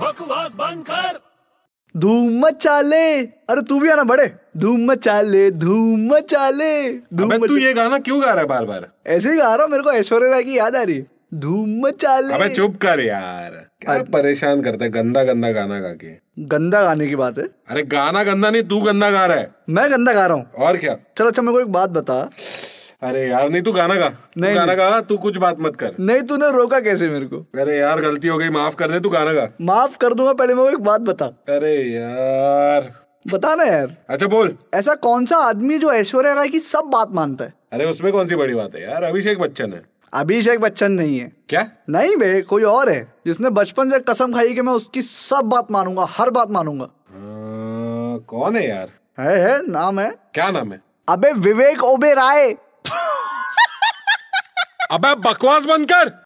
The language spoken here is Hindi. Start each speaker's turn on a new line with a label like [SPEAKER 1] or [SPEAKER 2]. [SPEAKER 1] बकवास बंद कर
[SPEAKER 2] धूम मचा ले अरे तू भी आना बड़े धूम मचा ले धूम मचा ले धूम
[SPEAKER 3] अबे तू
[SPEAKER 2] मचा-
[SPEAKER 3] ये गाना क्यों गा रहा है बार बार
[SPEAKER 2] ऐसे ही गा रहा हूँ मेरे को ऐश्वर्या राय की याद आ रही है। धूम मचा
[SPEAKER 3] अबे
[SPEAKER 2] ले
[SPEAKER 3] चुप कर यार क्या परेशान करता है गंदा गंदा गाना गा के
[SPEAKER 2] गंदा गाने की बात है
[SPEAKER 3] अरे गाना गंदा नहीं तू गंदा गा रहा है
[SPEAKER 2] मैं गंदा गा रहा हूँ
[SPEAKER 3] और क्या
[SPEAKER 2] चलो अच्छा मेरे को एक बात बता
[SPEAKER 3] अरे यार नहीं तू गाना गा तू
[SPEAKER 2] नहीं,
[SPEAKER 3] गाना गा तू कुछ बात मत कर
[SPEAKER 2] नहीं तूने रोका कैसे मेरे को
[SPEAKER 3] अरे यार गलती हो गई माफ कर दे तू गाना गा
[SPEAKER 2] माफ कर दूंगा पहले मेरे को एक बात बता
[SPEAKER 3] अरे यार
[SPEAKER 2] बता ना यार
[SPEAKER 3] अच्छा बोल
[SPEAKER 2] ऐसा कौन सा आदमी जो ऐश्वर्या राय की सब बात मानता है
[SPEAKER 3] अरे उसमें कौन सी बड़ी बात है यार अभिषेक बच्चन है
[SPEAKER 2] अभिषेक बच्चन नहीं है
[SPEAKER 3] क्या
[SPEAKER 2] नहीं बे कोई और है जिसने बचपन से कसम खाई कि मैं उसकी सब बात मानूंगा हर बात मानूंगा
[SPEAKER 3] हाँ, कौन है यार
[SPEAKER 2] है है नाम है
[SPEAKER 3] क्या नाम है
[SPEAKER 2] अबे विवेक ओबे राय
[SPEAKER 3] अबे बकवास बंद कर